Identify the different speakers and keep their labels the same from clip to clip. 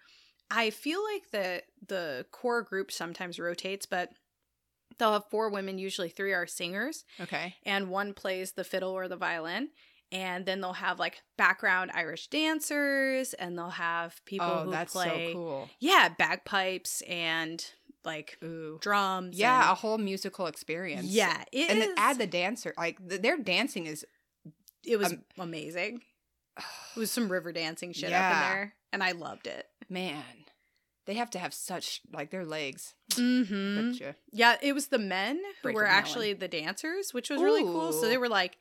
Speaker 1: I feel like the the core group sometimes rotates, but they'll have four women, usually three are singers,
Speaker 2: okay.
Speaker 1: and one plays the fiddle or the violin. And then they'll have like background Irish dancers and they'll have people
Speaker 2: oh,
Speaker 1: who
Speaker 2: that's
Speaker 1: play
Speaker 2: so cool.
Speaker 1: Yeah, bagpipes and like
Speaker 2: Ooh.
Speaker 1: drums.
Speaker 2: Yeah, a
Speaker 1: and-
Speaker 2: whole musical experience.
Speaker 1: Yeah. It
Speaker 2: and then
Speaker 1: is-
Speaker 2: add the dancer. Like th- their dancing is.
Speaker 1: it was
Speaker 2: um,
Speaker 1: amazing. It was some river dancing shit up
Speaker 2: Yeah.
Speaker 1: in there. And I loved it.
Speaker 2: man, they have to have such like their legs.
Speaker 1: Mm-hmm.
Speaker 2: Betcha.
Speaker 1: Yeah, it was the men who
Speaker 2: Break
Speaker 1: were
Speaker 2: a melon.
Speaker 1: actually the dancers, which was really cool. So
Speaker 2: Ooh.
Speaker 1: they were like,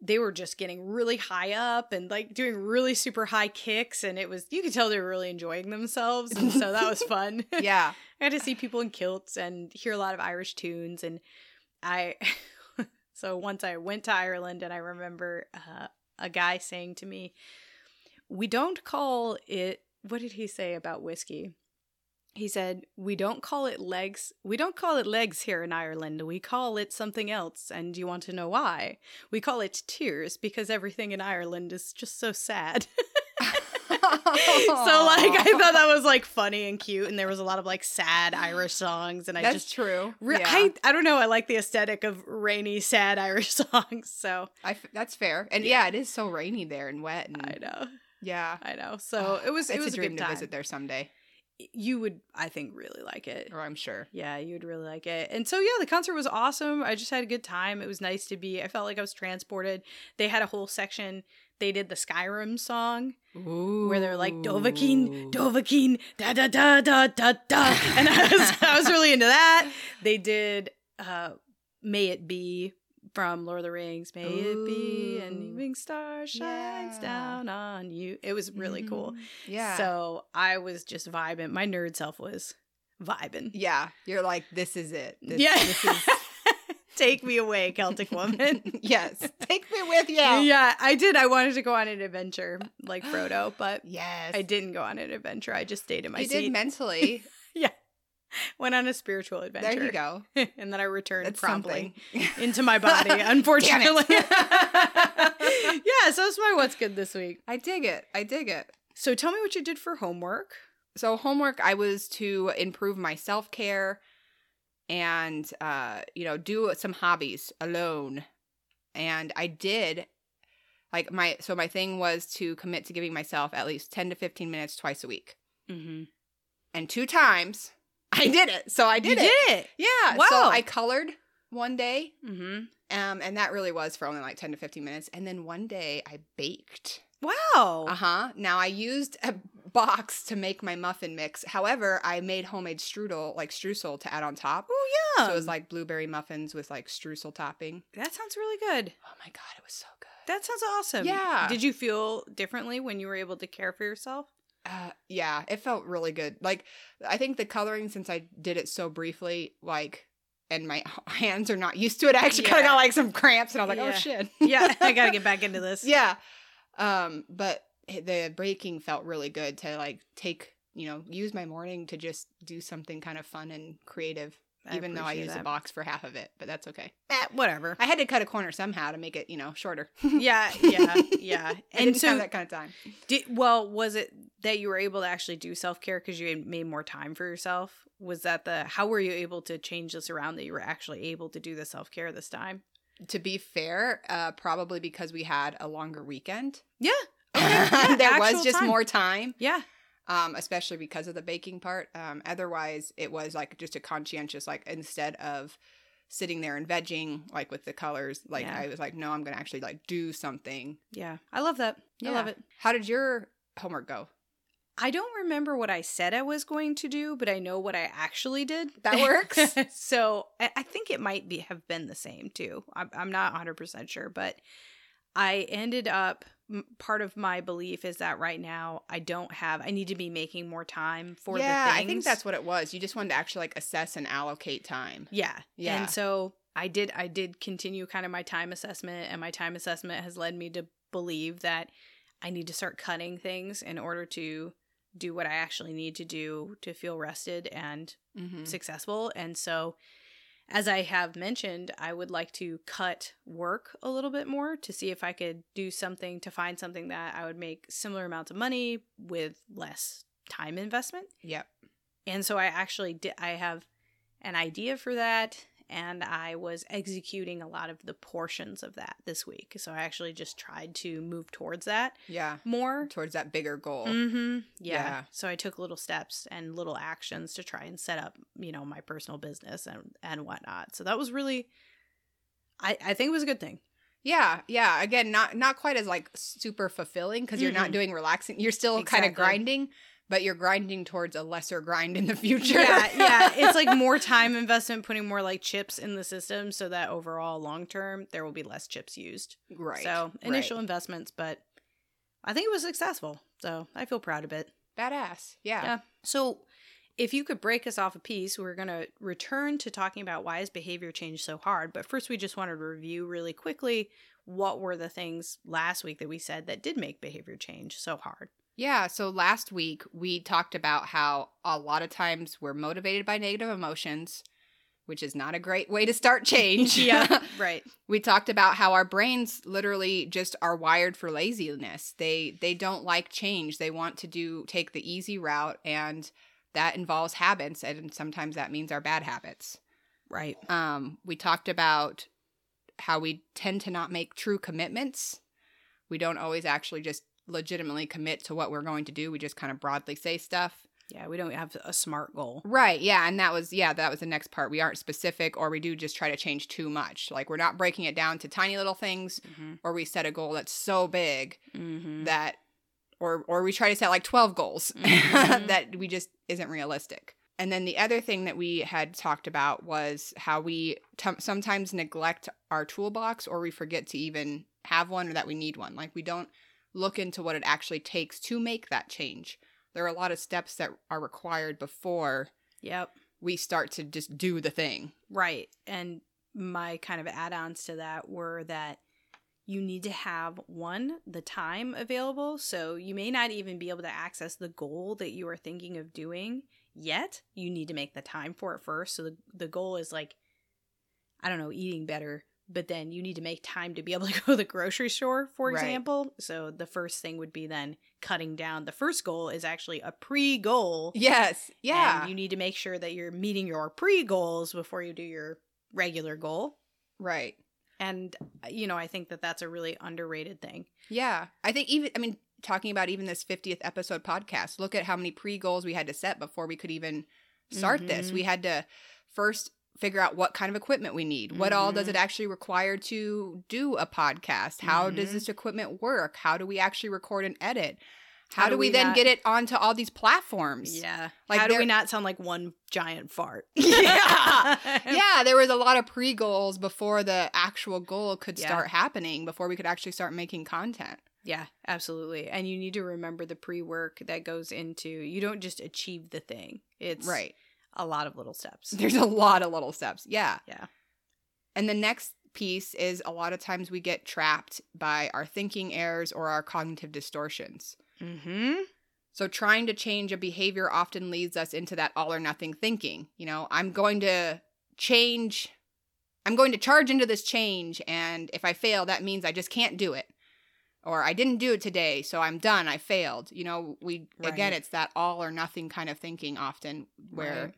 Speaker 1: they were just getting really high up and like doing really super high kicks, and it was you could tell they were really enjoying themselves, and so that was fun.
Speaker 2: Yeah.
Speaker 1: I got to see people in kilts and hear a lot of Irish tunes, and I. so once I went to Ireland, and I remember uh, a guy saying to me, "We don't call it." What did he say about whiskey? He said, "We don't call it legs. We don't call it legs here in Ireland. We call it something else, and you want to know why? We call it tears because everything in Ireland is just so sad."
Speaker 2: so like
Speaker 1: so like I thought that was like funny and cute, and there was a lot of like sad Irish songs, and I
Speaker 2: that's
Speaker 1: just
Speaker 2: true.
Speaker 1: re-
Speaker 2: yeah.
Speaker 1: I I don't know. I like the aesthetic of rainy, sad Irish songs. So
Speaker 2: I f- that's fair. And yeah. it is so rainy there and wet. And,
Speaker 1: I know,
Speaker 2: yeah. Oh,
Speaker 1: I know. So it was it
Speaker 2: It's
Speaker 1: was
Speaker 2: a dream
Speaker 1: good
Speaker 2: to
Speaker 1: time.
Speaker 2: visit there someday,
Speaker 1: You would, I think, really like it.
Speaker 2: or I'm sure.
Speaker 1: Yeah, you would really like it. And so yeah, the concert was awesome. I just had a good time. It was nice to be. I felt like I was transported. They had a whole section. They did the Skyrim song.
Speaker 2: Ooh.
Speaker 1: where they're like Dovahkiin, Dovahkiin, da da da da da da, and I was I was really into that. They did uh, "May It Be" from Lord of the Rings. May it be an
Speaker 2: Ooh.
Speaker 1: evening star shines
Speaker 2: Yeah.
Speaker 1: down
Speaker 2: Ah.
Speaker 1: on you. It was really cool.
Speaker 2: Mhm. Yeah.
Speaker 1: So I was just vibing. My nerd self was vibing.
Speaker 2: yeah, you're like this is it. This,
Speaker 1: yeah.
Speaker 2: This is
Speaker 1: Take me away, Celtic woman.
Speaker 2: yes. Take me with you.
Speaker 1: yeah, I did. I wanted to go on an adventure like Frodo, but.
Speaker 2: Yes.
Speaker 1: I didn't go on an adventure. I just stayed in my
Speaker 2: You
Speaker 1: seat.
Speaker 2: did mentally.
Speaker 1: went on a spiritual adventure.
Speaker 2: There you go.
Speaker 1: and then I returned
Speaker 2: That's
Speaker 1: promptly
Speaker 2: something.
Speaker 1: into my body,
Speaker 2: Damn it.
Speaker 1: unfortunately. yeah, so that's my what's good this week.
Speaker 2: I dig it. I dig it.
Speaker 1: So tell me what you did for homework.
Speaker 2: So homework I was to improve my self-care and uh you know, do some hobbies alone. And I did like my so my thing was to commit to giving myself at least 10 to 15 minutes twice a week.
Speaker 1: Mm-hmm.
Speaker 2: And two times I did it. So I did
Speaker 1: you
Speaker 2: it.
Speaker 1: did it.
Speaker 2: Yeah.
Speaker 1: Wow.
Speaker 2: So I colored one day.
Speaker 1: Mm-hmm.
Speaker 2: Um and that really was for only like 10 to 15 minutes and then one day I baked.
Speaker 1: Wow.
Speaker 2: Uh huh. Now I used a box to make my muffin mix. However, I made homemade strudel, like streusel, to add on top.
Speaker 1: oh yeah.
Speaker 2: So it was like blueberry muffins with like streusel topping.
Speaker 1: that sounds really good.
Speaker 2: Oh my god, it was so good.
Speaker 1: That sounds awesome.
Speaker 2: Yeah.
Speaker 1: Did you feel differently when you were able to care for yourself?
Speaker 2: Uh, yeah, it felt really good. Like I think the coloring, since I did it so briefly, like. And my hands are not used to it. I actually kind
Speaker 1: Yeah.
Speaker 2: of got like some cramps, and I was like,
Speaker 1: Yeah.
Speaker 2: "Oh shit!"
Speaker 1: Yeah, I gotta get back into this.
Speaker 2: Yeah. Um, but the baking felt really good to like take, you know, use my morning to just do something kind of fun and creative. even though I
Speaker 1: appreciate
Speaker 2: use a
Speaker 1: that.
Speaker 2: box for half of it, but that's okay.
Speaker 1: Eh, whatever.
Speaker 2: I had to cut a corner somehow to make it, you know, shorter.
Speaker 1: yeah, yeah, yeah.
Speaker 2: and
Speaker 1: And
Speaker 2: didn't have
Speaker 1: so,
Speaker 2: that kind of time.
Speaker 1: did, well, was it that you were able to actually do self care because you had made more time for yourself? Was that the how were you able to change this around that you were actually able to do the self care this time?
Speaker 2: To be fair, uh, probably because we had a longer weekend.
Speaker 1: Yeah, yeah,
Speaker 2: there was
Speaker 1: actual
Speaker 2: just
Speaker 1: time.
Speaker 2: more time,
Speaker 1: yeah,
Speaker 2: um, especially because of the baking part. Um, otherwise, it was like just a conscientious, like instead of sitting there and vegging, like with the colors, like
Speaker 1: Yeah.
Speaker 2: I was like, no, I'm going to actually like do something.
Speaker 1: yeah. I love that. I love
Speaker 2: Yeah.
Speaker 1: it.
Speaker 2: How did your homework go?
Speaker 1: I don't remember what I said I was going to do, but I know what I actually did.
Speaker 2: That works.
Speaker 1: so I, I think it might be have been the same too. I'm, I'm not 100% sure, but I ended up m- part of my belief is that right now I don't have, I need to be making more time for
Speaker 2: yeah,
Speaker 1: the things.
Speaker 2: I think that's what it was. You just wanted to actually like assess and allocate time.
Speaker 1: Yeah.
Speaker 2: Yeah.
Speaker 1: And so I did I did continue kind of my time assessment and my time assessment has led me to believe that I need to start cutting things in order to do what I actually need to do to feel rested and
Speaker 2: Mm-hmm.
Speaker 1: successful. And so as I have mentioned, I would like to cut work a little bit more to see if I could do something to find something that I would make similar amounts of money with less time investment.
Speaker 2: Yep.
Speaker 1: And so I actually did, I have an idea for that. And I was executing a lot of the portions of that this week. So I actually just tried to move towards that
Speaker 2: Yeah.
Speaker 1: more.
Speaker 2: Towards that bigger goal.
Speaker 1: Mm-hmm. Yeah.
Speaker 2: Oh. Yeah.
Speaker 1: So I took little steps and little actions to try and set up, you know, my personal business and, and whatnot. So that was really, I, I think it was a good thing.
Speaker 2: Yeah, yeah. Again, not not quite as like super fulfilling because you're not
Speaker 1: Mhm.
Speaker 2: doing relaxing. You're still kind
Speaker 1: Exactly.
Speaker 2: of grinding, but you're grinding towards a lesser grind in the future.
Speaker 1: Yeah, yeah. It's like more time investment, putting more like chips in the system so that overall long term there will be less chips used.
Speaker 2: right.
Speaker 1: So
Speaker 2: right.
Speaker 1: initial investments, but I think it was successful. So I feel proud of it.
Speaker 2: badass. Yeah.
Speaker 1: Yeah. So if you could break us off a piece, we're going to return to talking about why is behavior change so hard. But first, we just wanted to review really quickly what were the things last week that we said that did make behavior change so hard.
Speaker 2: Yeah. So last week we talked about how a lot of times we're motivated by negative emotions, which is not a great way to start change.
Speaker 1: right.
Speaker 2: we talked about how our brains literally just are wired for laziness they they don't like change they want to do take the easy route and that involves habits and sometimes that means our bad habits
Speaker 1: Right.
Speaker 2: um, we talked about how we tend to not make true commitments we don't always actually just legitimately commit to what we're going to do we just kind of broadly say stuff
Speaker 1: Yeah. We don't have a smart goal.
Speaker 2: Right. Yeah. And that was, yeah, that was the next part. We aren't specific or we do just try to change too much. Like we're not breaking it down to tiny little things
Speaker 1: Mm-hmm.
Speaker 2: or we set a goal that's so big
Speaker 1: Mm-hmm.
Speaker 2: that, or, or we try to set like 12 goals
Speaker 1: Mhm.
Speaker 2: that we just isn't realistic. And then the other thing that we had talked about was how we t- sometimes neglect our toolbox or we forget to even have one or that we need one. Like we don't look into what it actually takes to make that change. There are a lot of steps that are required before
Speaker 1: Yep.
Speaker 2: we start to just do the thing.
Speaker 1: Right. And my kind of add ons to that were that you need to have one, the time available. So you may not even be able to access the goal that you are thinking of doing yet. You need to make the time for it first. So the, the goal is like, I don't know, eating better, but then you need to make time to be able to go to the grocery store, for
Speaker 2: Right.
Speaker 1: example. So the first thing would be then cutting down. The first goal is actually a pre goal.
Speaker 2: Yes.
Speaker 1: And you need to make sure that you're meeting your pre goals before you do your regular goal.
Speaker 2: right.
Speaker 1: And, uh, you know, I think that that's a really underrated thing.
Speaker 2: Yeah. I think even I mean talking about even this 50th episode podcast, look at how many pre-goals we had to set before we could even start this.
Speaker 1: Mhm.
Speaker 2: We had to first figure out what kind of equipment we need. What all does
Speaker 1: Mhm.
Speaker 2: it actually require to do a podcast? How
Speaker 1: Mhm.
Speaker 2: does this equipment work? How do we actually record and edit? How,
Speaker 1: How
Speaker 2: do
Speaker 1: do
Speaker 2: we,
Speaker 1: we
Speaker 2: then
Speaker 1: not-
Speaker 2: get it onto all these platforms?
Speaker 1: Yeah.
Speaker 2: Like
Speaker 1: How do we
Speaker 2: there-
Speaker 1: not sound like one giant fart?
Speaker 2: Yeah. yeah, there was a lot of pre goals before the actual goal could
Speaker 1: Yeah.
Speaker 2: start happening, before we could actually start making content.
Speaker 1: Yeah, absolutely. And you need to remember the pre work that goes into you don't just achieve the thing, it's
Speaker 2: Right.
Speaker 1: a lot of little steps.
Speaker 2: There's a lot of little steps. Yeah.
Speaker 1: Yeah.
Speaker 2: And the next piece is a lot of times we get trapped by our thinking errors or our cognitive distortions.
Speaker 1: Mm-hmm.
Speaker 2: So trying to change a behavior often leads us into that all or nothing thinking. You know, I'm going to change. I'm going to charge into this change. And if I fail, that means I just can't do it. Or I didn't do it today, so I'm done. I failed. You know, we, again,
Speaker 1: Right.
Speaker 2: it's that all or nothing kind of thinking often where
Speaker 1: Right.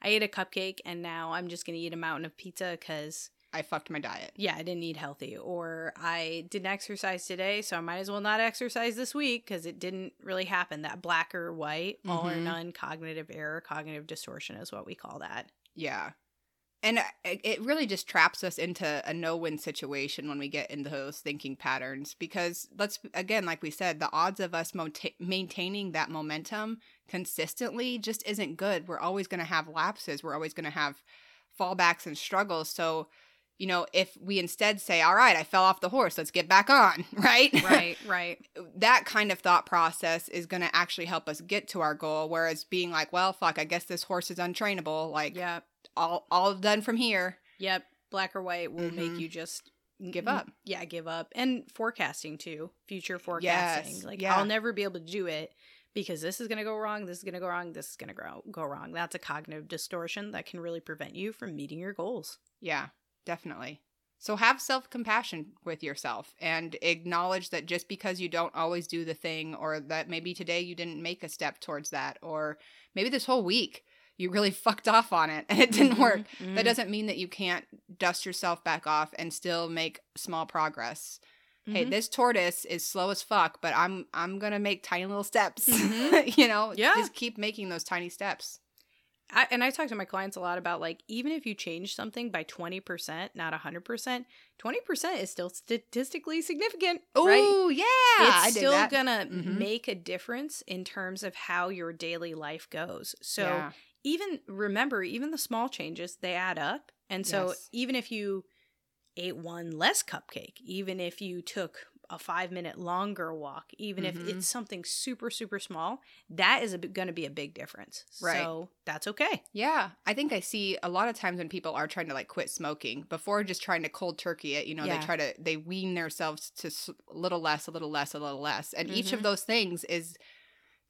Speaker 1: I ate a cupcake and now I'm just going to eat a mountain of pizza because
Speaker 2: I fucked my diet.
Speaker 1: yeah, I didn't eat healthy, or I didn't exercise today, so I might as well not exercise this week because it didn't really happen. That black or white, all or
Speaker 2: Mhm.
Speaker 1: none cognitive error, cognitive distortion is what we call that.
Speaker 2: Yeah. And I- it really just traps us into a no win situation when we get into those thinking patterns. Because let's, again, like we said, the odds of us mota- maintaining that momentum consistently just isn't good. We're always going to have lapses, we're always going to have fallbacks and struggles. So, you know, if we instead say, all right, I fell off the horse, let's get back on, right?
Speaker 1: right.
Speaker 2: that kind of thought process is going to actually help us get to our goal. Whereas being like, well, fuck, I guess this horse is untrainable. Like,
Speaker 1: Yep,
Speaker 2: all all done from here.
Speaker 1: yep. Black or white will
Speaker 2: Mhm.
Speaker 1: make you just
Speaker 2: Give up.
Speaker 1: Yeah, give up. And forecasting too, future forecasting.
Speaker 2: Yes,
Speaker 1: Like
Speaker 2: yeah.
Speaker 1: I'll never be able to do it because this is going to go wrong. This is going to go wrong. This is going to go go wrong. That's a cognitive distortion that can really prevent you from meeting your goals.
Speaker 2: Yeah, definitely. So have self-compassion with yourself and acknowledge that just because you don't always do the thing or that maybe today you didn't make a step towards that or maybe this whole week you really fucked off on it and it didn't work.
Speaker 1: Mhm.
Speaker 2: That doesn't mean that you can't dust yourself back off and still make small progress. Hey,
Speaker 1: Mhm.
Speaker 2: this tortoise is slow as fuck, but I'm I'm going to make tiny little steps.
Speaker 1: Mhm.
Speaker 2: you know,
Speaker 1: Yeah.
Speaker 2: just keep making those tiny steps.
Speaker 1: I, and I talk to my clients a lot about like even if you change something by 20%, not 100%, 20% is still statistically significant,
Speaker 2: Oh,
Speaker 1: right?
Speaker 2: yeah. I
Speaker 1: it's
Speaker 2: did
Speaker 1: still
Speaker 2: that.
Speaker 1: going to
Speaker 2: Mhm.
Speaker 1: make a difference in terms of how your daily life goes. So
Speaker 2: Yeah.
Speaker 1: even remember even the small changes, they add up. And so
Speaker 2: Yes.
Speaker 1: even if you ate one less cupcake, even if you took a 5 minute longer walk, even
Speaker 2: Mhm.
Speaker 1: if it's something super super small, that is going to be a big difference.
Speaker 2: Right.
Speaker 1: So that's okay.
Speaker 2: Yeah, I think I see a lot of times when people are trying to like quit smoking before just trying to cold turkey it. You know,
Speaker 1: Yeah.
Speaker 2: they try to they wean themselves to s- a little less, a little less, a little less, and each of
Speaker 1: Mhm.
Speaker 2: those things is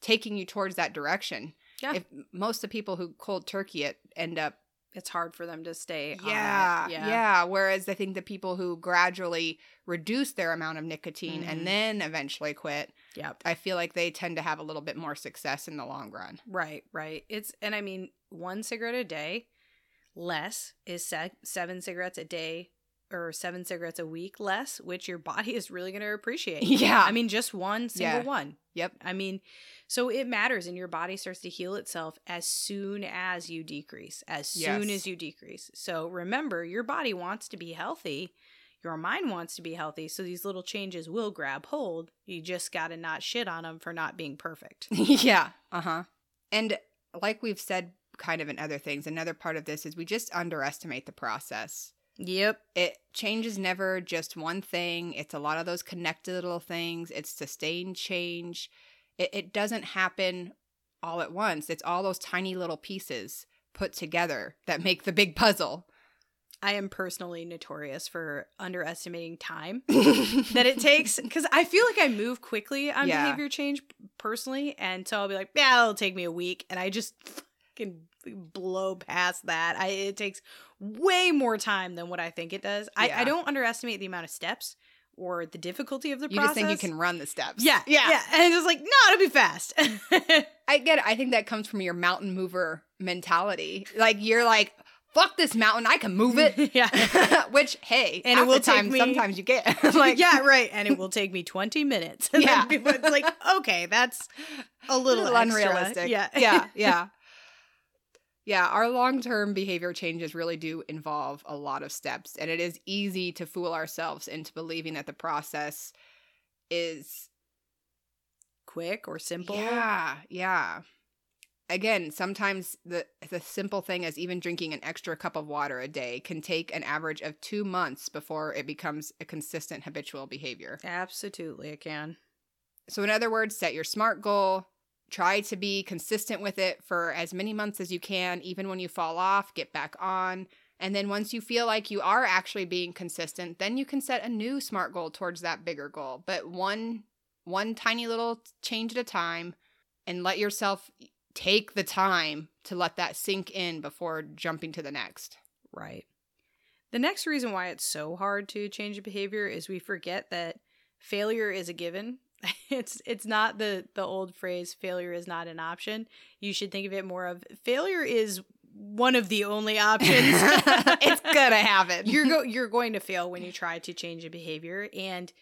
Speaker 2: taking you towards that direction.
Speaker 1: Yeah.
Speaker 2: If most of the people who cold turkey it end up
Speaker 1: it's hard for them to stay. on it.
Speaker 2: yeah, yeah,
Speaker 1: yeah,
Speaker 2: Whereas I think the people who gradually reduce their amount of nicotine
Speaker 1: Mhm.
Speaker 2: and then eventually quit,
Speaker 1: Yep.
Speaker 2: I feel like they tend to have a little bit more success in the long run.
Speaker 1: Right, right. It's and I mean one cigarette a day less is se- seven cigarettes a day or seven cigarettes a week less, which your body is really going to appreciate.
Speaker 2: Yeah,
Speaker 1: I mean, just one single
Speaker 2: Ah. Yeah.
Speaker 1: one.
Speaker 2: yep,
Speaker 1: I mean, so it matters, and your body starts to heal itself as soon as you decrease, as soon
Speaker 2: Yes.
Speaker 1: as you decrease. So remember, your body wants to be healthy, your mind wants to be healthy. So these little changes will grab hold. You just got to not shit on them for not being perfect.
Speaker 2: yeah. Uh huh. And like we've said, kind of in other things, another part of this is we just underestimate the process.
Speaker 1: yep.
Speaker 2: It changes never just one thing. It's a lot of those connected little things. It's sustained change. It, it doesn't happen all at once. It's all those tiny little pieces put together that make the big puzzle.
Speaker 1: I am personally notorious for underestimating time
Speaker 2: that
Speaker 1: that it takes because I feel like I move quickly on
Speaker 2: Yeah.
Speaker 1: behavior change personally, and so I'll be like, yeah, it'll take me a week, and I just fucking blow past that. I it takes way more time than what I think it does. I,
Speaker 2: Yeah.
Speaker 1: I don't underestimate the amount of steps or the difficulty of the
Speaker 2: You
Speaker 1: process.
Speaker 2: just think you can run the steps.
Speaker 1: yeah, yeah, yeah, and it's just like, no, it'll be fast.
Speaker 2: I get it. I think that comes from your mountain mover mentality. Like you're like, fuck this mountain, I can move it.
Speaker 1: yeah.
Speaker 2: Which hey,
Speaker 1: And it
Speaker 2: half
Speaker 1: will
Speaker 2: the time
Speaker 1: take me-
Speaker 2: sometimes you get like
Speaker 1: yeah, right. And it will take me 20 minutes. And
Speaker 2: Yeah.
Speaker 1: then people, it's like, okay, that's a little,
Speaker 2: little,
Speaker 1: extra.
Speaker 2: unrealistic.
Speaker 1: Yeah.
Speaker 2: yeah, yeah. Yeah, our long-term behavior changes really do involve a lot of steps, and it is easy to fool ourselves into believing that the process is
Speaker 1: Quick or simple.
Speaker 2: Yeah, yeah. Again, sometimes the the simple thing as even drinking an extra cup of water a day can take an average of 2 months before it becomes a consistent habitual behavior.
Speaker 1: Absolutely, it can.
Speaker 2: So, in other words, set your SMART goal. Try to be consistent with it for as many months as you can. Even when you fall off, get back on. And then once you feel like you are actually being consistent, then you can set a new SMART goal towards that bigger goal. But one one tiny little change at a time and let yourself take the time to let that sink in before jumping to the next.
Speaker 1: Right. The next reason why it's so hard to change behavior is we forget that failure is a given. It's it's not the the old phrase failure is not an option. You should think of it more of failure is one of the only options.
Speaker 2: it's gonna happen.
Speaker 1: you're go you're going to fail when you try to change a behavior and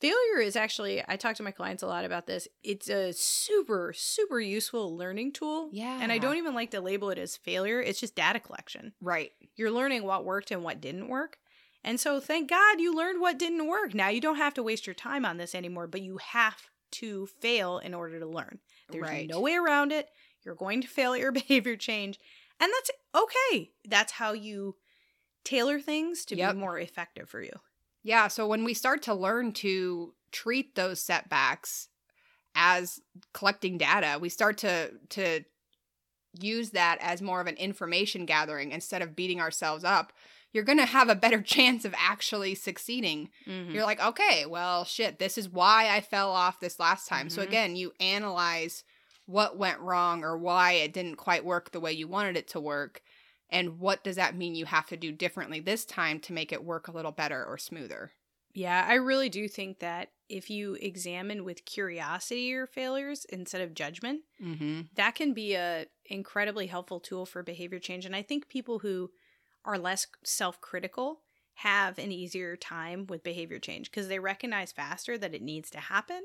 Speaker 1: failure is actually I talk to my clients a lot about this. It's a super super useful learning tool.
Speaker 2: yeah,
Speaker 1: And I don't even like to label it as failure. It's just data collection.
Speaker 2: right.
Speaker 1: You're learning what worked and what didn't work. And so thank God you learned what didn't work. Now you don't have to waste your time on this anymore, but you have to fail in order to learn. There's
Speaker 2: Right.
Speaker 1: no way around it. You're going to fail at your behavior change. And that's okay. That's how you tailor things to
Speaker 2: Yep.
Speaker 1: be more effective for you.
Speaker 2: Yeah. So when we start to learn to treat those setbacks as collecting data, we start to to use that as more of an information gathering instead of beating ourselves up. You're gonna have a better chance of actually succeeding.
Speaker 1: Mm-hmm. Hmm.
Speaker 2: You're like, okay, well, shit, this is why I fell off this last time. So
Speaker 1: Mhm.
Speaker 2: again, you analyze what went wrong or why it didn't quite work the way you wanted it to work. And what does that mean you have to do differently this time to make it work a little better or smoother?
Speaker 1: Yeah, I really do think that if you examine with curiosity your failures instead of judgment,
Speaker 2: Mm-hmm.
Speaker 1: that can be a incredibly helpful tool for behavior change and i think people who are less self-critical have an easier time with behavior change because they recognize faster that it needs to happen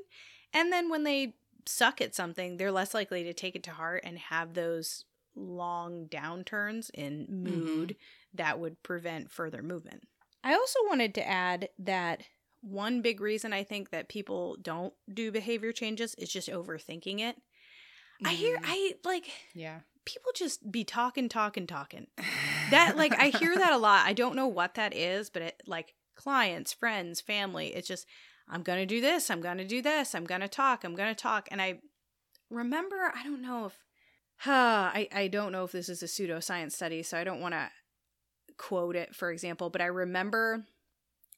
Speaker 1: and then when they suck at something they're less likely to take it to heart and have those long downturns in mood that would prevent further movement i also wanted to add that one big reason i think that people don't do behavior changes is just overthinking it I hear
Speaker 2: Mm-hmm.
Speaker 1: I like
Speaker 2: yeah.
Speaker 1: people just be talking, talking, talking. That like I hear that a lot. I don't know what that is, but it like clients, friends, family, it's just I'm going to do this, I'm going to do this, I'm going to talk, I'm going to talk and I remember I don't know if huh, I I don't know if this is a pseudoscience study, so I don't want to quote it for example, but I remember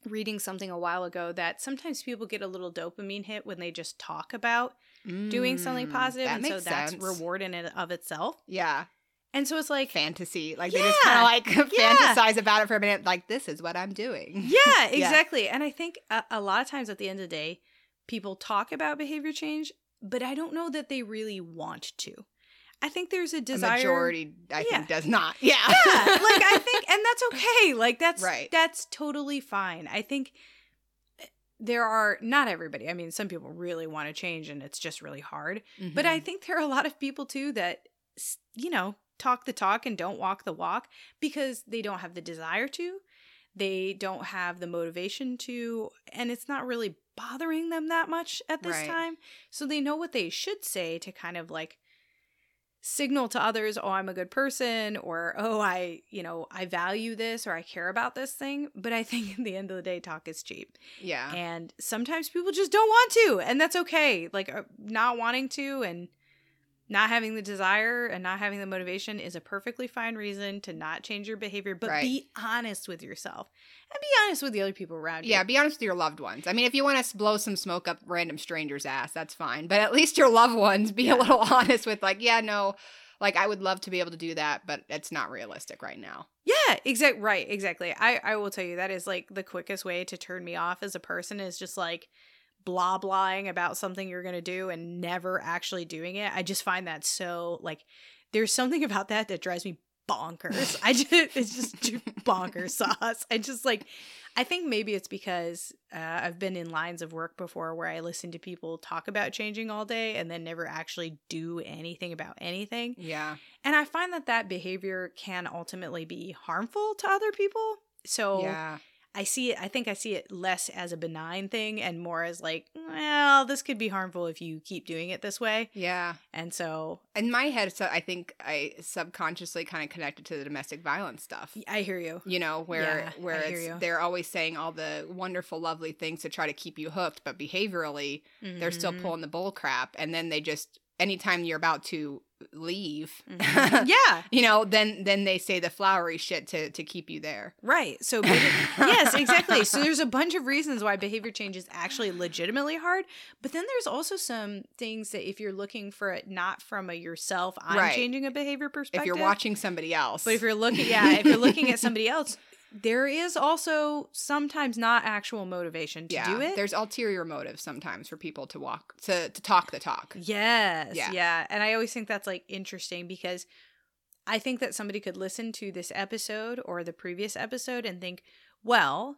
Speaker 1: reading something a while ago that sometimes people get a little dopamine hit when they just talk about doing something
Speaker 2: Mm,
Speaker 1: positive,
Speaker 2: That
Speaker 1: and
Speaker 2: makes
Speaker 1: so that's
Speaker 2: sense.
Speaker 1: reward in and of itself
Speaker 2: Yeah.
Speaker 1: and so it's like
Speaker 2: Fantasy. Like they just kind
Speaker 1: Yeah.
Speaker 2: of like
Speaker 1: Yeah.
Speaker 2: fantasize about it for a minute. Like, this is what I'm doing.
Speaker 1: yeah exactly and i think a, a lot of times at the end of the day people talk about behavior change but i don't know that they really want to i think there's a
Speaker 2: The
Speaker 1: desire
Speaker 2: majority, I
Speaker 1: Yeah.
Speaker 2: think, does not. Yeah.
Speaker 1: yeah like i think and that's okay like that's
Speaker 2: Right.
Speaker 1: that's totally fine i think eh, there are not everybody i mean some people really want to change and it's just really hard But
Speaker 2: Mm-hmm.
Speaker 1: I think there are a lot of people too that, s- you know, talk the talk and don't walk the walk because they don't have the desire to, they don't have the motivation to, and it's not really bothering them that much at this
Speaker 2: Right.
Speaker 1: time. So they know what they should say to kind of like signal to others, oh, I'm a good person, or oh, I, you know, I value this or I care about this thing. But I think at the end of the day, talk is cheap.
Speaker 2: yeah.
Speaker 1: And sometimes people just don't want to, and that's okay. Like uh, not wanting to and not having the desire and not having the motivation is a perfectly fine reason to not change your behavior, but
Speaker 2: Right.
Speaker 1: be honest with yourself and be honest with the other people around you.
Speaker 2: Yeah, be honest with your loved ones. I mean, if you want to blow some smoke up random strangers' ass, that's fine. But at least your loved ones, be a little honest with, like, yeah, no, like I would love to be able to do that, but it's not realistic right now.
Speaker 1: Yeah, exact right, exactly. I I will tell you that is like the quickest way to turn me off as a person is just like blah blahing about something you're going to do and never actually doing it. I just find that so like there's something about that that drives me bonkers. I just it's just bonker sauce. I just like I think maybe it's because uh, I've been in lines of work before where I listen to people talk about changing all day and then never actually do anything about anything.
Speaker 2: Yeah.
Speaker 1: And I find that that behavior can ultimately be harmful to other people. So
Speaker 2: Yeah.
Speaker 1: I see it, I think I see it less as a benign thing and more as like, well, this could be harmful if you keep doing it this way.
Speaker 2: Yeah.
Speaker 1: And so
Speaker 2: In my head, so I think I subconsciously kind of connected to the domestic violence stuff.
Speaker 1: I hear you.
Speaker 2: You know, where
Speaker 1: Yeah, I
Speaker 2: where
Speaker 1: hear
Speaker 2: it's,
Speaker 1: you.
Speaker 2: they're always saying all the wonderful, lovely things to try to keep you hooked, but behaviorally, they're still
Speaker 1: Mhm.
Speaker 2: pulling the bull crap and then they just anytime you're about to leave,
Speaker 1: Mhm. yeah,
Speaker 2: you know, then then they say the flowery shit to to keep you there.
Speaker 1: right. So behavi- yes, exactly. So there's a bunch of reasons why behavior change is actually legitimately hard, but then there's also some things that if you're looking for it not from a yourself, I'm
Speaker 2: Right.
Speaker 1: changing a behavior perspective.
Speaker 2: if you're watching somebody else.
Speaker 1: But if you're looking, yeah, if you're looking at somebody else, there is also sometimes not actual motivation to
Speaker 2: yeah,
Speaker 1: do it.
Speaker 2: there's ulterior motives sometimes for people to walk to to talk the talk.
Speaker 1: yes,
Speaker 2: Yeah.
Speaker 1: yeah. and I always think that's like interesting because I think that somebody could listen to this episode or the previous episode and think, well.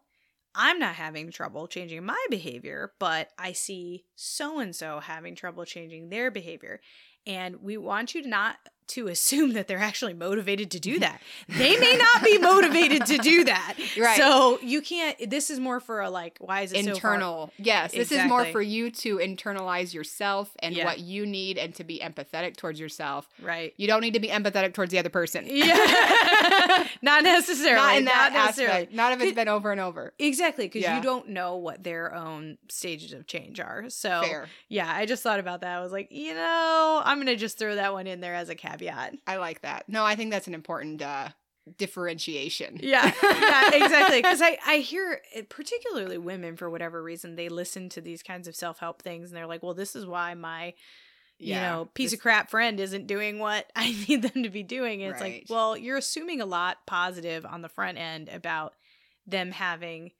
Speaker 1: I'm not having trouble changing my behavior, but I see so and so having trouble changing their behavior. And we want you to not to assume that they're actually motivated to do that. They may not be motivated to do that.
Speaker 2: Right.
Speaker 1: So you can't. This is more for a like. Why is it so far-
Speaker 2: internal. yes, this is more
Speaker 1: Exactly.
Speaker 2: for you to internalize yourself and
Speaker 1: Yeah.
Speaker 2: what you need and to be empathetic towards yourself.
Speaker 1: right.
Speaker 2: You don't need to be empathetic towards the other person.
Speaker 1: Yeah. not necessarily.
Speaker 2: not in that
Speaker 1: necessarily.
Speaker 2: aspect. Not if it's been over and over.
Speaker 1: Exactly, because
Speaker 2: Yeah.
Speaker 1: you don't know what their own stages of change are. So
Speaker 2: Fair.
Speaker 1: yeah, I just thought about that. I was like, you know, I'm gonna just throw that one in there as a caveat.
Speaker 2: I like that. No, I think that's an important uh, differentiation.
Speaker 1: Yeah, yeah, exactly. Because I, I hear, it- particularly women, for whatever reason, they listen to these kinds of self help things and they're like, well, this is why my, you
Speaker 2: Yeah.
Speaker 1: know, piece
Speaker 2: This-
Speaker 1: of crap friend isn't doing what I need them to be doing. And it's
Speaker 2: Right.
Speaker 1: like, well, you're assuming a lot positive on the front end about them having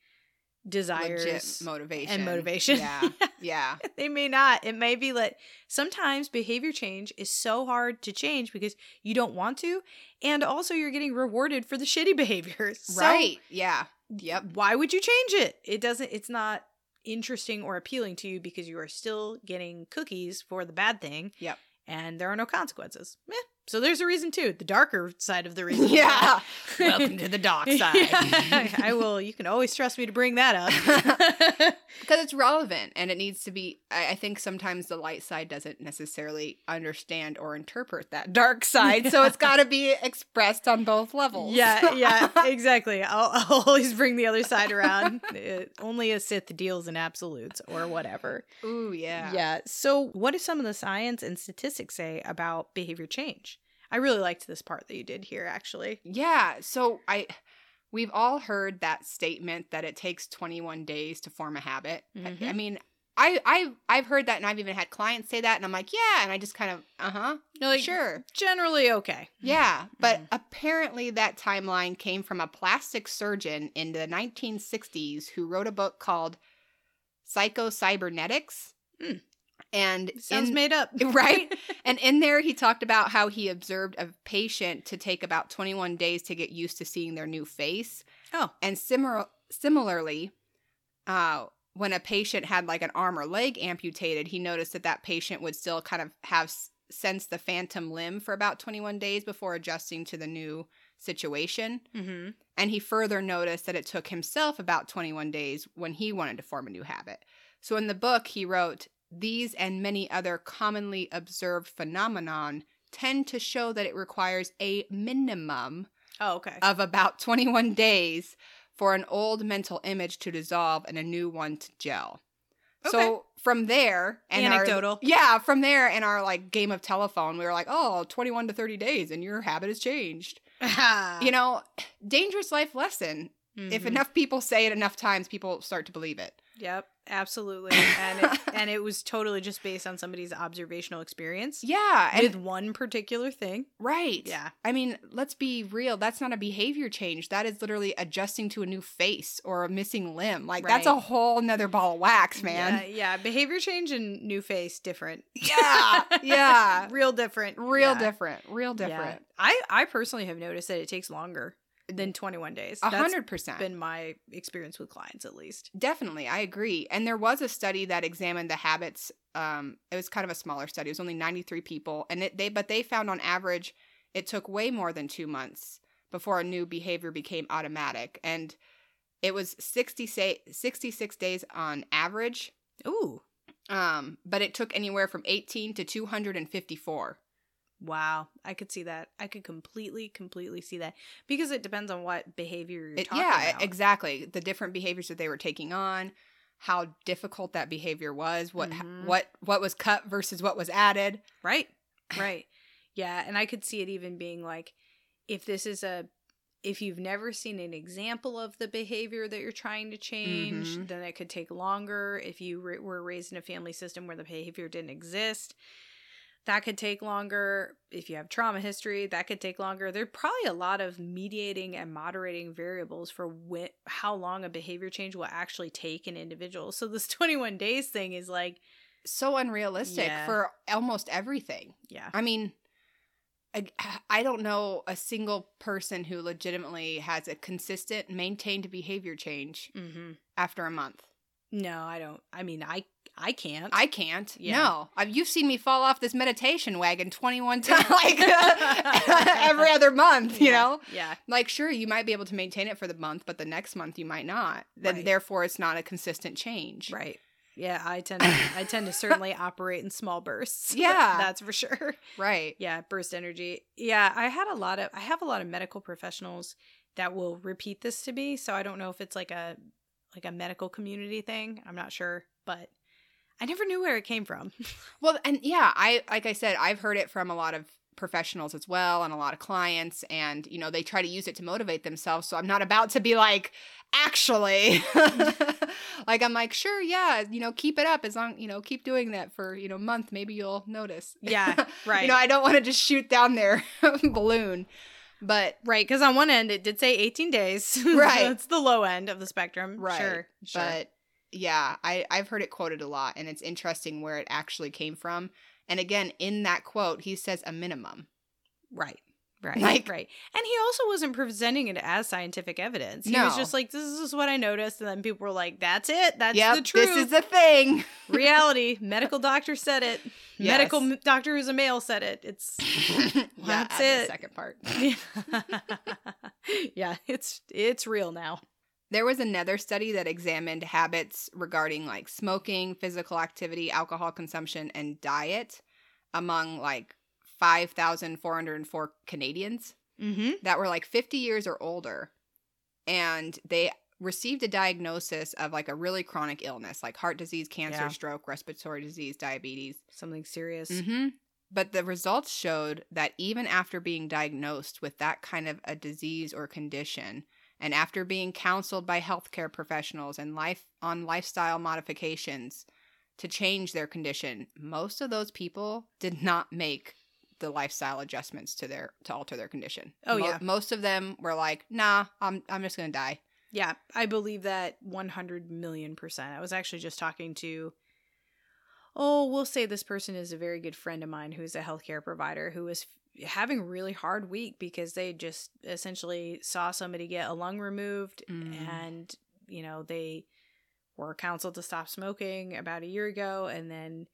Speaker 2: legit
Speaker 1: desires
Speaker 2: motivation
Speaker 1: and motivation.
Speaker 2: Yeah, yeah,
Speaker 1: they may not. It may be like sometimes behavior change is so hard to change because you don't want to. And also, you're getting rewarded for the shitty behavior. So
Speaker 2: right, yeah, yep.
Speaker 1: why would you change it? It doesn't it's not interesting or appealing to you because you are still getting cookies for the bad thing.
Speaker 2: Yep.
Speaker 1: And there are no consequences. Meh. So there's a reason too. The darker side of the reason.
Speaker 2: Yeah. Welcome to the dark side.
Speaker 1: Yeah. I will you can always trust me to bring that up.
Speaker 2: because it's relevant and it needs to be i I think sometimes the light side doesn't necessarily understand or interpret that dark side so it's got to be expressed on both levels
Speaker 1: yeah, yeah, exactly. I'll, I'll always bring the other side around. Uh, only a Sith deals in absolutes or whatever.
Speaker 2: ooh yeah
Speaker 1: Yeah. So, what do some of the science and statistics say about behavior change? I really liked this part that you did here, actually.
Speaker 2: yeah so i we've all heard that statement that it takes 21 days to form a habit I- I,
Speaker 1: Mhm.
Speaker 2: mean I, I I've heard that and I've even had clients say that and I'm like yeah and I just kind of uh huh
Speaker 1: No,
Speaker 2: sure
Speaker 1: Generally, okay.
Speaker 2: Yeah, but
Speaker 1: Mm.
Speaker 2: apparently that timeline came from a plastic surgeon in the 1960s who wrote a book called Psychocybernetics.
Speaker 1: Hmm.
Speaker 2: And
Speaker 1: Sounds
Speaker 2: in,
Speaker 1: made up,
Speaker 2: Right? and in there he talked about how he observed a patient to take about 21 days to get used to seeing their new face.
Speaker 1: Oh.
Speaker 2: And similar similarly, uh when a patient had like an arm or leg amputated, he noticed that that patient would still kind of have s- sensed the phantom limb for about 21 days before adjusting to the new situation.
Speaker 1: mm-hmm.
Speaker 2: And he further noticed that it took himself about 21 days when he wanted to form a new habit. So in the book, he wrote, These and many other commonly observed phenomenon tend to show that it requires a minimum
Speaker 1: Oh, okay.
Speaker 2: of about 21 days for an old mental image to dissolve and a new one to gel.
Speaker 1: Okay.
Speaker 2: So from there and our-
Speaker 1: Anecdotal.
Speaker 2: yeah, from there and our like game of telephone, we were like, oh, 21 to 30 days and your habit has changed. Uh, You know, dangerous life lesson if enough people say it enough times, people start to believe it.
Speaker 1: Mm-hmm. Yep, absolutely. And it, and it was totally just based on somebody's observational experience
Speaker 2: Yeah, and
Speaker 1: with one particular thing.
Speaker 2: right.
Speaker 1: Yeah.
Speaker 2: I mean, let's be real. That's not a behavior change. That is literally adjusting to a new face or a missing limb. Like that's a
Speaker 1: Right.
Speaker 2: whole nother ball of wax,
Speaker 1: Yeah,
Speaker 2: man.
Speaker 1: yeah. Behavior change and new face, different. Uh,
Speaker 2: Yeah, yeah.
Speaker 1: Real different.
Speaker 2: Real
Speaker 1: Yeah.
Speaker 2: different. Real
Speaker 1: Yeah.
Speaker 2: different.
Speaker 1: I, I personally have noticed that it takes longer than 21 days.
Speaker 2: A
Speaker 1: That's
Speaker 2: hundred percent.
Speaker 1: been my experience with clients at least.
Speaker 2: Definitely, I agree. And there was a study that examined the habits. Um, it was kind of a smaller study. It was only 93 people, and it, they but they found on average it took way more than two months before a new behavior became automatic, and it was 60 say, 66 days on average.
Speaker 1: Ooh.
Speaker 2: Um, but it took anywhere from 18 to 254.
Speaker 1: Wow. I could see that. I could completely, completely see that. Because it depends on what behavior you're
Speaker 2: It,
Speaker 1: talking
Speaker 2: yeah,
Speaker 1: about.
Speaker 2: exactly. The different behaviors that they were taking on. how difficult that behavior was, what
Speaker 1: Mhm.
Speaker 2: what what was cut versus what was added.
Speaker 1: Right. Right. Yeah. And I could see it even being like, if this is a, if you've never seen an example of the behavior that you're trying to change,
Speaker 2: Mhm.
Speaker 1: then it could take longer. If you ra- were raised in a family system where the behavior didn't exist, that could take longer. If you have trauma history, that could take longer. There are probably a lot of mediating and moderating variables for wh- how long a behavior change will actually take an individual. So this 21 days thing is like,
Speaker 2: So unrealistic
Speaker 1: Yeah.
Speaker 2: for almost everything.
Speaker 1: yeah,
Speaker 2: I mean, I, I don't know a single person who legitimately has a consistent, maintained behavior change
Speaker 1: mm-hmm.
Speaker 2: after a month.
Speaker 1: No, I don't. I mean, I I can't.
Speaker 2: I can't.
Speaker 1: Yeah.
Speaker 2: No, I've, you've seen me fall off this meditation wagon twenty-one times, like every other month. You
Speaker 1: Yeah,
Speaker 2: know,
Speaker 1: Yeah.
Speaker 2: like sure, you might be able to maintain it for the month, but the next month you might not. Then
Speaker 1: Right.
Speaker 2: therefore, it's not a consistent change.
Speaker 1: Right. Yeah, I tend to, I tend to certainly operate in small bursts.
Speaker 2: Yeah.
Speaker 1: that's for sure.
Speaker 2: Right.
Speaker 1: Yeah, burst energy. Yeah, I had a lot of I have a lot of medical professionals that will repeat this to me, so I don't know if it's like a like a medical community thing. I'm not sure, but I never knew where it came from.
Speaker 2: Well, and yeah, I like I said, I've heard it from a lot of professionals as well and a lot of clients and you know they try to use it to motivate themselves so i'm not about to be like actually like i'm like sure yeah you know keep it up as long you know keep doing that for you know a month maybe you'll notice
Speaker 1: Yeah, right.
Speaker 2: you know i don't want to just shoot down their balloon but
Speaker 1: right, because on one end it did say 18 days.
Speaker 2: Right.
Speaker 1: That's the low end of the spectrum.
Speaker 2: Right,
Speaker 1: Sure. Sure.
Speaker 2: but yeah I, i've heard it quoted a lot and it's interesting where it actually came from and again in that quote he says a minimum
Speaker 1: Right. Right.
Speaker 2: Like-
Speaker 1: right. And he also wasn't presenting it as scientific evidence. He was
Speaker 2: No.
Speaker 1: just like, this is what I noticed. And then people were like, that's it. That's
Speaker 2: yep
Speaker 1: the truth.
Speaker 2: this is the thing
Speaker 1: Reality. Medical doctor said it.
Speaker 2: Yes.
Speaker 1: Medical m- doctor who's a male said it. It's. That's
Speaker 2: add the
Speaker 1: it.
Speaker 2: second part.
Speaker 1: yeah, it's it's real now.
Speaker 2: there was another study that examined habits regarding like smoking, physical activity, alcohol consumption, and diet among like 5,404 Canadians
Speaker 1: Mm-hmm.
Speaker 2: that were like 50 years or older. And they received a diagnosis of like a really chronic illness, like heart disease, cancer,
Speaker 1: Yeah.
Speaker 2: stroke, respiratory disease, diabetes.
Speaker 1: Something serious.
Speaker 2: hmm But the results showed that even after being diagnosed with that kind of a disease or condition, and after being counseled by healthcare professionals and life on lifestyle modifications to change their condition, most of those people did not make the lifestyle adjustments to their to alter their condition.
Speaker 1: Oh, yeah.
Speaker 2: most of them were like, "Nah, I'm I'm just gonna die."
Speaker 1: Yeah, I believe that 100 million percent. I was actually just talking to, oh, we'll say this person is a very good friend of mine who's a healthcare provider who was f- having a really hard week because they just essentially saw somebody get a lung removed
Speaker 2: Mm.
Speaker 1: and, you know, they were counseled to stop smoking about a year ago and then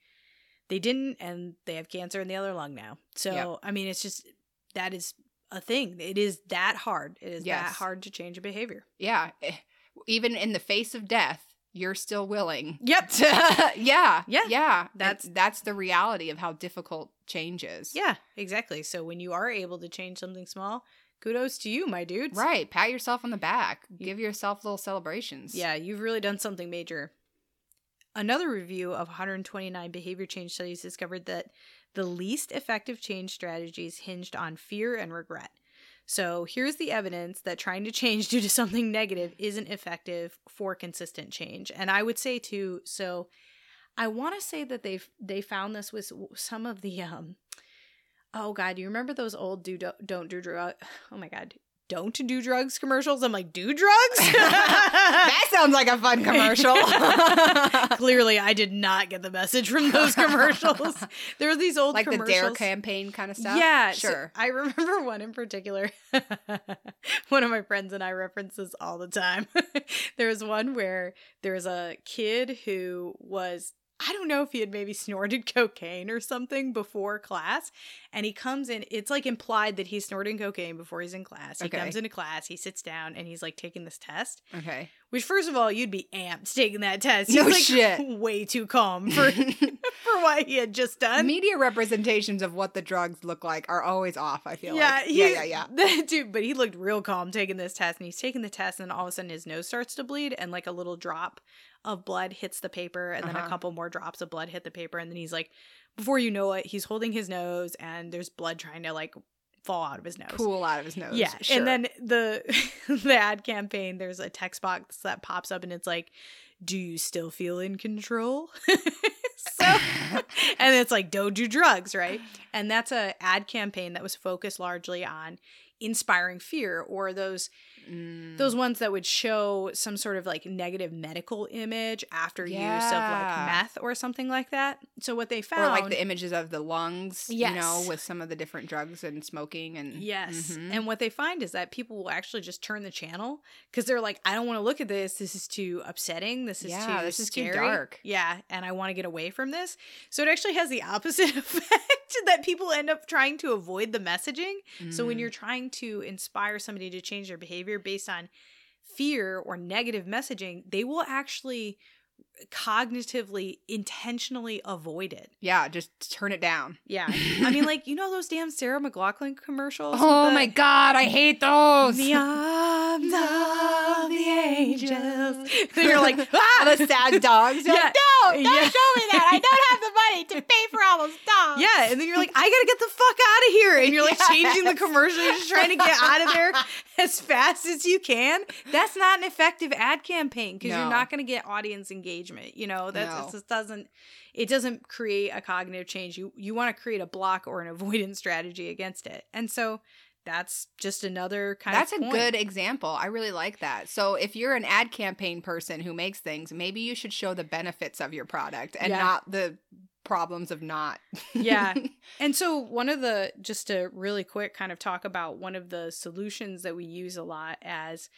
Speaker 1: they didn't and they have cancer in the other lung now. So,
Speaker 2: Yep.
Speaker 1: I mean, it's just that is a thing. It is that hard. It is that
Speaker 2: Yes.
Speaker 1: hard to change a behavior.
Speaker 2: Yeah, eh, even in the face of death, you're still willing
Speaker 1: Yep.
Speaker 2: yeah,
Speaker 1: Yeah.
Speaker 2: yeah.
Speaker 1: That's-
Speaker 2: That's that's the reality of how difficult change is.
Speaker 1: yeah, exactly. So when you are able to change something small, kudos to you, my dudes.
Speaker 2: right. Pat yourself on the back. Give yourself little celebrations.
Speaker 1: Yeah, you've really done something major. Another review of 129 behavior change studies discovered that the least effective change strategies hinged on fear and regret. So here's the evidence that trying to change due to something negative isn't effective for consistent change. And I would say too, so I want to say that they they found this with some of the um oh god, you remember those old do don't, don't do drug oh my god, don't do drugs commercials? I'm like, do drugs?
Speaker 2: That sounds like a fun commercial.
Speaker 1: Clearly, I did not get the message from those commercials. there were these old
Speaker 2: like the
Speaker 1: commercials.
Speaker 2: dare campaign kind of stuff.
Speaker 1: Yeah, so
Speaker 2: Sure.
Speaker 1: I remember one in particular. one of my friends and I reference this all the time. there was one where there was a kid who was. I don't know if he had maybe snorted cocaine or something before class. And he comes in, it's like implied that he's snorting cocaine before he's in class. He
Speaker 2: Okay.
Speaker 1: comes into class, he sits down, and he's like taking this test
Speaker 2: okay.
Speaker 1: Which, first of all, you'd be amped taking that test.
Speaker 2: No
Speaker 1: He's, like,
Speaker 2: shit.
Speaker 1: Way too calm for for what he had just done.
Speaker 2: Media representations of what the drugs look like are always off, I feel
Speaker 1: yeah,
Speaker 2: like.
Speaker 1: he,
Speaker 2: yeah, yeah, yeah.
Speaker 1: dude, but he looked real calm taking this test, and he's taking the test, and all of a sudden his nose starts to bleed, and like a little drop of blood hits the paper, and then a
Speaker 2: Uh-huh.
Speaker 1: couple more drops of blood hit the paper, and then he's like, before you know it, he's holding his nose, and there's blood trying to like fall out of his nose.
Speaker 2: Pool out of his nose.
Speaker 1: Yeah,
Speaker 2: sure.
Speaker 1: and then the the ad campaign. There's a text box that pops up, and it's like, "Do you still feel in control?" so, and it's like, "Don't do drugs," right? And that's a ad campaign that was focused largely on inspiring fear or those
Speaker 2: Mm.
Speaker 1: those ones that would show some sort of like negative medical image after use of
Speaker 2: Yeah.
Speaker 1: like meth or something like that. So what they found
Speaker 2: or like the images of the lungs, you know,
Speaker 1: Yes.
Speaker 2: with some of the different drugs and smoking and
Speaker 1: Yes.
Speaker 2: Mhm.
Speaker 1: And what they find is that people will actually just turn the channel because they're like, I don't want to look at this. This is too upsetting. This is
Speaker 2: Yeah,
Speaker 1: too
Speaker 2: this is too
Speaker 1: scary.
Speaker 2: dark."
Speaker 1: Yeah. And I want to get away from this. So it actually has the opposite effect that people end up trying to avoid the messaging. So when
Speaker 2: Mm.
Speaker 1: you're trying to inspire somebody to change their behavior based on fear or negative messaging, they will actually cognitively intentionally avoid it.
Speaker 2: yeah, just turn it down.
Speaker 1: Yeah. I mean like you know those damn Sarah McLaughlin commercials? with
Speaker 2: Oh
Speaker 1: the-
Speaker 2: my god, I hate those.
Speaker 1: the arms of the angels. Then you're like,
Speaker 2: ah,
Speaker 1: ah,
Speaker 2: the sad dogs. You're like, no, don't
Speaker 1: Yeah.
Speaker 2: show me that. I don't have the money to pay for all those dogs.
Speaker 1: yeah. And then you're like, I gotta get the fuck out of here. And you're like changing the
Speaker 2: Yes.
Speaker 1: commercial. You're just trying to get out of there as fast as you can. That's not an effective ad campaign because
Speaker 2: No.
Speaker 1: you're not gonna get audience engagement. You know, that
Speaker 2: No.
Speaker 1: just doesn't. It doesn't create a cognitive change. You you want to create a block or an avoidance strategy against it, and so. That's just another kind
Speaker 2: That's a
Speaker 1: of point.
Speaker 2: good example. I really like that. So, if you're an ad campaign person who makes things, maybe you should show the benefits of your product and
Speaker 1: Yeah.
Speaker 2: not the problems of not.
Speaker 1: Yeah. And so, one of the, just to really quick kind of talk about one of the solutions that we use a lot as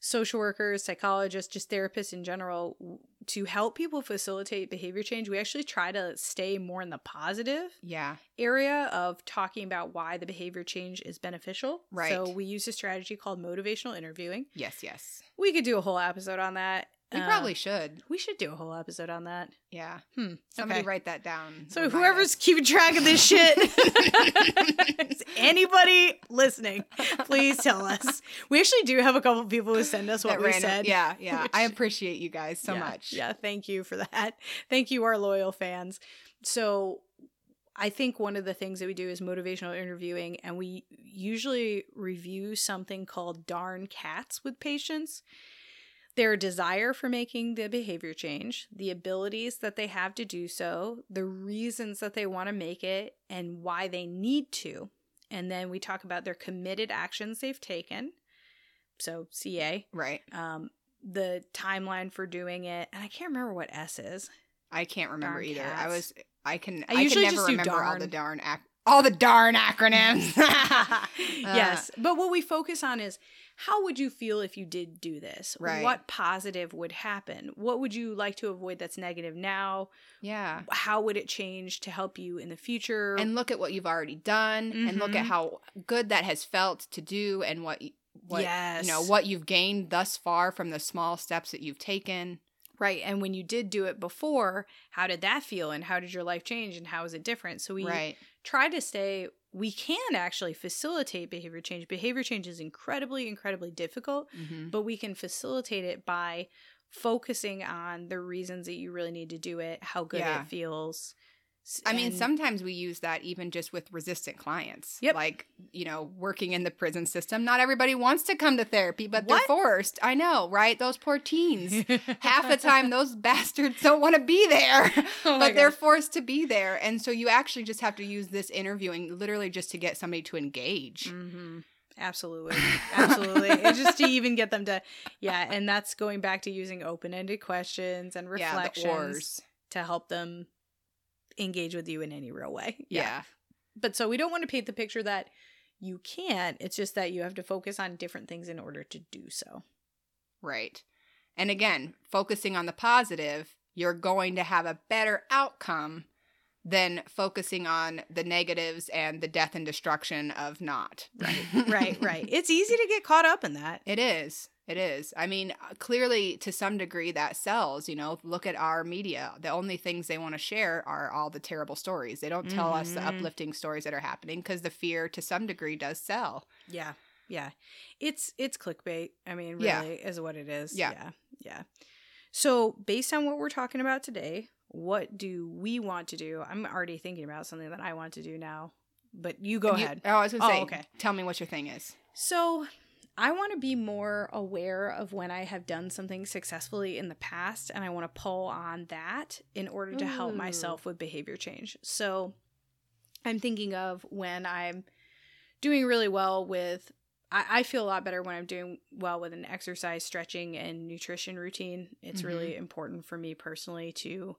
Speaker 1: social workers, psychologists, just therapists in general, w- to help people facilitate behavior change, we actually try to stay more in the positive
Speaker 2: yeah.
Speaker 1: area of talking about why the behavior change is beneficial.
Speaker 2: Right.
Speaker 1: So, we use a strategy called motivational interviewing.
Speaker 2: Yes, yes.
Speaker 1: We could do a whole episode on that.
Speaker 2: We
Speaker 1: Um,
Speaker 2: probably should.
Speaker 1: we should do a whole episode on that.
Speaker 2: Yeah.
Speaker 1: Hmm.
Speaker 2: Somebody
Speaker 1: okay.
Speaker 2: write that down.
Speaker 1: So
Speaker 2: Remind
Speaker 1: whoever's
Speaker 2: us.
Speaker 1: keeping track of this shit, is anybody listening, please tell us. We actually do have a couple people who send us what
Speaker 2: That
Speaker 1: we
Speaker 2: random-
Speaker 1: said.
Speaker 2: Yeah, yeah.
Speaker 1: Which-
Speaker 2: I appreciate you guys so
Speaker 1: Yeah,
Speaker 2: much.
Speaker 1: Yeah, thank you for that. Thank you, our loyal fans. So I think one of the things that we do is motivational interviewing, and we usually review something called Darn Cats with patients. Their desire for making the behavior change, the abilities that they have to do so, the reasons that they want to make it, and why they need to. And then we talk about their committed actions they've taken. So, CA
Speaker 2: Right.
Speaker 1: um, the timeline for doing it, and I can't remember what S is.
Speaker 2: I can't remember
Speaker 1: Darn
Speaker 2: either. I
Speaker 1: cats.
Speaker 2: was I can
Speaker 1: I
Speaker 2: I,
Speaker 1: usually
Speaker 2: can never
Speaker 1: just do
Speaker 2: remember all
Speaker 1: darn.
Speaker 2: the darn ac- all the darn acronyms.
Speaker 1: yes, but what we focus on is how would you feel if you did do this?
Speaker 2: Right.
Speaker 1: What positive would happen? What would you like to avoid that's negative now?
Speaker 2: yeah.
Speaker 1: How would it change to help you in the future?
Speaker 2: And look at what you've already done and look at
Speaker 1: Mhm.
Speaker 2: how good that has felt to do and what y- what
Speaker 1: yes,
Speaker 2: you know, what you've gained thus far from the small steps that you've taken.
Speaker 1: right? And when you did do it before, how did that feel? And how did your life change? And how is it different? So we
Speaker 2: right.
Speaker 1: try to say we can actually facilitate behavior change. Behavior change is incredibly, incredibly difficult.
Speaker 2: Mm-hmm.
Speaker 1: but we can facilitate it by focusing on the reasons that you really need to do it, how good
Speaker 2: Yeah.
Speaker 1: it feels. s-
Speaker 2: I mean,
Speaker 1: and-
Speaker 2: sometimes we use that even just with resistant clients.
Speaker 1: Yep.
Speaker 2: Like, you know, working in the prison system, not everybody wants to come to therapy, but
Speaker 1: What?
Speaker 2: they're forced. I know, right? Those poor teens. Half the time, those bastards don't want to be there,
Speaker 1: Oh my
Speaker 2: but they're
Speaker 1: gosh.
Speaker 2: forced to be there. And so you actually just have to use this interviewing literally just to get somebody to engage.
Speaker 1: Mhm. absolutely, Mm. absolutely. It's just to even get them to, yeah. And that's going back to using open-ended questions and
Speaker 2: Yeah,
Speaker 1: reflections
Speaker 2: the ors.
Speaker 1: to help them engage with you in any real way.
Speaker 2: Yeah.
Speaker 1: But so we don't want to paint the picture that you can't. It's just that you have to focus on different things in order to do so.
Speaker 2: right. And again, focusing on the positive, you're going to have a better outcome than focusing on the negatives and the death and destruction of not.
Speaker 1: Right, right, right. It's easy to get caught up in that.
Speaker 2: It is. It is. I mean, uh, clearly to some degree that sells, you know. Look at our media. The only things they want to share are all the terrible stories. They don't tell us the
Speaker 1: Mhm.
Speaker 2: uplifting stories that are happening because the fear to some degree does sell.
Speaker 1: Yeah. Yeah. It's it's clickbait. I mean, really
Speaker 2: Yeah.
Speaker 1: is what it is.
Speaker 2: Yeah.
Speaker 1: yeah. Yeah. So, based on what we're talking about today, what do we want to do? I'm already thinking about something that I want to do now. But you go
Speaker 2: You-
Speaker 1: ahead.
Speaker 2: Oh, I was going
Speaker 1: Oh,
Speaker 2: to say,
Speaker 1: okay.
Speaker 2: tell me what your thing is.
Speaker 1: So I want to be more aware of when I have done something successfully in the past, and I want to pull on that in order to help
Speaker 2: Ooh.
Speaker 1: myself with behavior change. So I'm thinking of when I'm doing really well with, I, I feel a lot better when I'm doing well with an exercise, stretching, and nutrition routine. It's
Speaker 2: Mhm.
Speaker 1: really important for me personally to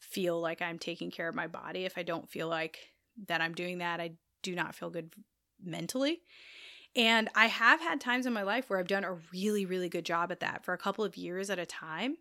Speaker 1: feel like I'm taking care of my body. If I don't feel like that I'm doing that, I do not feel good mentally. And I have had times in my life where I've done a really, really good job at that for a couple of years at a time.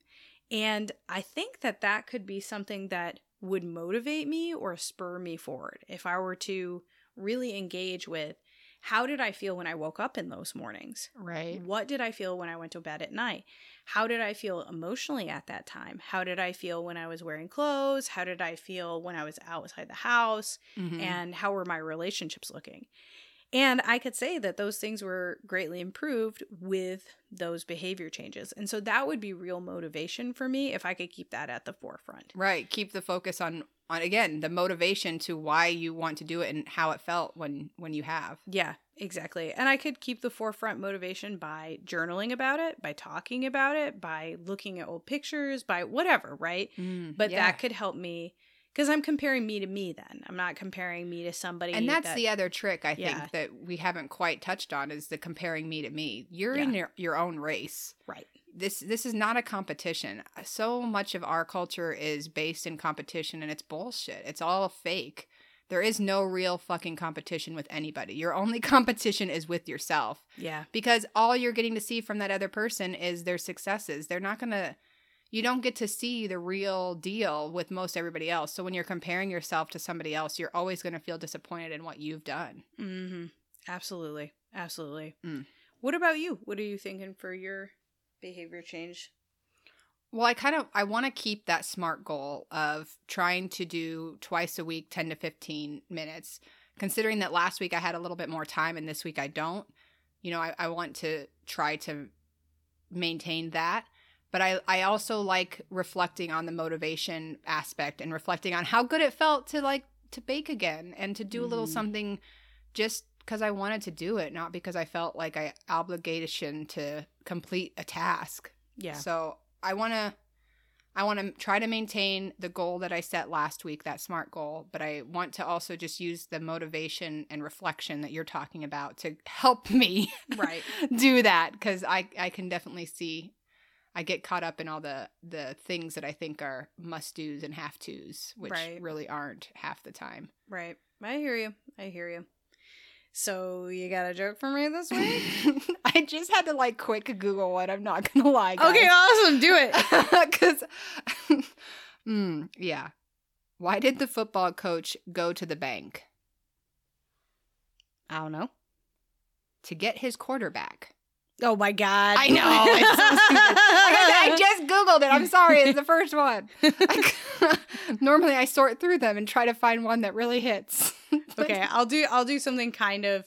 Speaker 1: And I think that that could be something that would motivate me or spur me forward if I were to really engage with how did I feel when I woke up in those mornings?
Speaker 2: Right.
Speaker 1: What did I feel when I went to bed at night? How did I feel emotionally at that time? How did I feel when I was wearing clothes? How did I feel when I was outside the house?
Speaker 2: Mm-hmm.
Speaker 1: And how were my relationships looking? And I could say that those things were greatly improved with those behavior changes. And so that would be real motivation for me if I could keep that at the forefront.
Speaker 2: right. Keep the focus on on again the motivation to why you want to do it and how it felt when when you have.
Speaker 1: Yeah, exactly. And I could keep the forefront motivation by journaling about it, by talking about it, by looking at old pictures, by whatever, right?
Speaker 2: Mm,
Speaker 1: but that could help me because I'm comparing me to me. Then I'm not comparing me to somebody.
Speaker 2: and that's
Speaker 1: that-
Speaker 2: the other trick I
Speaker 1: Yeah.
Speaker 2: think that we haven't quite touched on is the comparing me to me. You're in your, your own race.
Speaker 1: right.
Speaker 2: This this is not a competition. So much of our culture is based in competition and it's bullshit. It's all fake. There is no real fucking competition with anybody. Your only competition is with yourself
Speaker 1: Yeah,
Speaker 2: because all you're getting to see from that other person is their successes. They're not going to you don't get to see the real deal with most everybody else. So when you're comparing yourself to somebody else, you're always going to feel disappointed in what you've done.
Speaker 1: hmm absolutely, absolutely.
Speaker 2: Mm.
Speaker 1: What about you? What are you thinking for your behavior change?
Speaker 2: Well, I kind of I want to keep that smart goal of trying to do twice a week 10 to 15 minutes. Considering that last week I had a little bit more time and this week I don't, you know, I, I want to try to maintain that. But I, I also like reflecting on the motivation aspect and reflecting on how good it felt to like to bake again and to do a little
Speaker 1: Mhm.
Speaker 2: something just because I wanted to do it, not because I felt like I obligation to complete a task.
Speaker 1: Yeah,
Speaker 2: So I want to I want to try to maintain the goal that I set last week, that smart goal, but I want to also just use the motivation and reflection that you're talking about to help me
Speaker 1: right.
Speaker 2: do that cuz I I can definitely see I get caught up in all the the things that I think are must-dos and have-tos, which
Speaker 1: Right.
Speaker 2: really aren't half the time.
Speaker 1: Right. I hear you. I hear you. So you got a joke for me this week?
Speaker 2: I just had to like quick Google what I'm not going to lie. guys.
Speaker 1: okay, awesome. Do it.
Speaker 2: Because, mm, yeah. Why did the football coach go to the bank?
Speaker 1: I don't know.
Speaker 2: To get his quarterback.
Speaker 1: Oh my god.
Speaker 2: I know, Oh, it's so stupid. Like I, said, I just Googled it. I'm sorry. It's the first one. normally I sort through them and try to find one that really hits. But-
Speaker 1: okay i'll do i'll do something kind of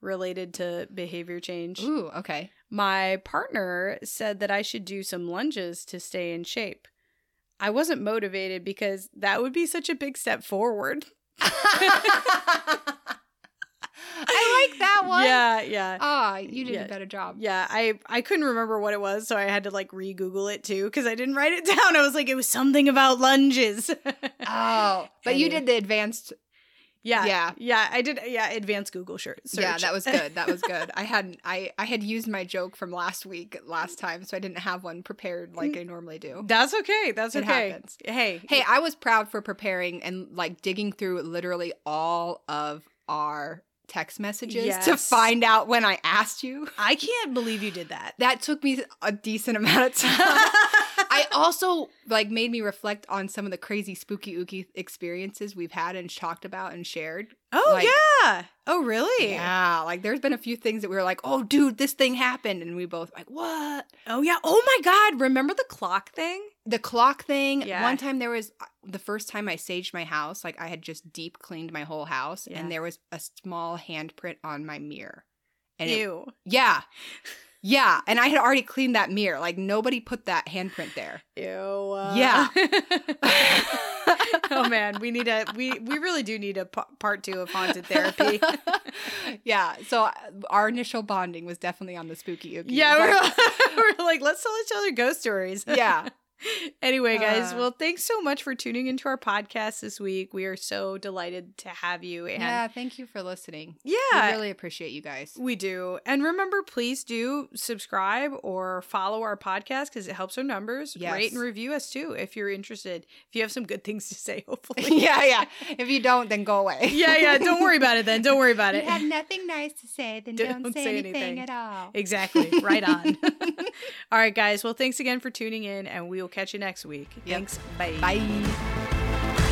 Speaker 1: related to behavior change
Speaker 2: Ooh, okay.
Speaker 1: my partner said that i should do some lunges to stay in shape i wasn't motivated because that would be such a big step forward
Speaker 2: I like that one.
Speaker 1: yeah yeah
Speaker 2: Ah, you did
Speaker 1: Yeah.
Speaker 2: a better job.
Speaker 1: yeah i i couldn't remember what it was so i had to like re-google it too because i didn't write it down i was like it was something about lunges
Speaker 2: Oh, but you
Speaker 1: Anyway.
Speaker 2: did the advanced
Speaker 1: yeah
Speaker 2: Yeah.
Speaker 1: yeah i did yeah advanced google shirt search.
Speaker 2: Yeah, that was good. That was good. I had I I had used my joke from last week last time, so I didn't have one prepared like I normally do.
Speaker 1: that's okay that's
Speaker 2: It
Speaker 1: okay
Speaker 2: happens.
Speaker 1: hey
Speaker 2: Hey, I was proud for preparing and like digging through literally all of our text messages to
Speaker 1: Yes.
Speaker 2: find out when I asked you.
Speaker 1: i can't believe you did that
Speaker 2: That took me a decent amount of time. I I also like made me reflect on some of the crazy spooky ooky experiences we've had and talked about and shared.
Speaker 1: Oh
Speaker 2: Like-
Speaker 1: yeah. Oh really?
Speaker 2: Yeah, like there's been a few things that we were like, "Oh, dude, this thing happened," and we both like, "What?"
Speaker 1: Oh yeah. Oh my God. Remember the clock thing?
Speaker 2: The clock thing.
Speaker 1: Yeah.
Speaker 2: One time there was uh, the first time I saged my house, like I had just deep cleaned my whole house,
Speaker 1: Yeah.
Speaker 2: and there was a small handprint on my mirror. And it-
Speaker 1: Ew.
Speaker 2: yeah, yeah, and I had already cleaned that mirror. Like nobody put that handprint there.
Speaker 1: Ew. uh.
Speaker 2: Yeah.
Speaker 1: oh man, we need a we we really do need a p- part two of haunted therapy.
Speaker 2: yeah. So uh, our initial bonding was definitely on the spooky ookie.
Speaker 1: yeah,
Speaker 2: but-
Speaker 1: we're, we're like let's tell each other ghost stories.
Speaker 2: yeah.
Speaker 1: anyway, guys,
Speaker 2: Uh.
Speaker 1: well, thanks so much for tuning into our podcast this week. We are so delighted to have you, and
Speaker 2: Yeah. Thank you for listening.
Speaker 1: yeah,
Speaker 2: We really appreciate you guys.
Speaker 1: We do. And remember, please do subscribe or follow our podcast because it helps our numbers.
Speaker 2: Yes.
Speaker 1: Rate and review us too if you're interested. If you have some good things to say, hopefully.
Speaker 2: yeah, yeah. If you don't, then go away.
Speaker 1: yeah, yeah. Don't worry about it then. Don't worry about
Speaker 2: If
Speaker 1: it.
Speaker 2: you have nothing nice to say, then
Speaker 1: Don't
Speaker 2: don't,
Speaker 1: say
Speaker 2: say, anything,
Speaker 1: anything.
Speaker 2: at all.
Speaker 1: exactly. Right on. All right, guys. Well, thanks again for tuning in, and we will catch you next week.
Speaker 2: Yep.
Speaker 1: Thanks.
Speaker 2: Bye.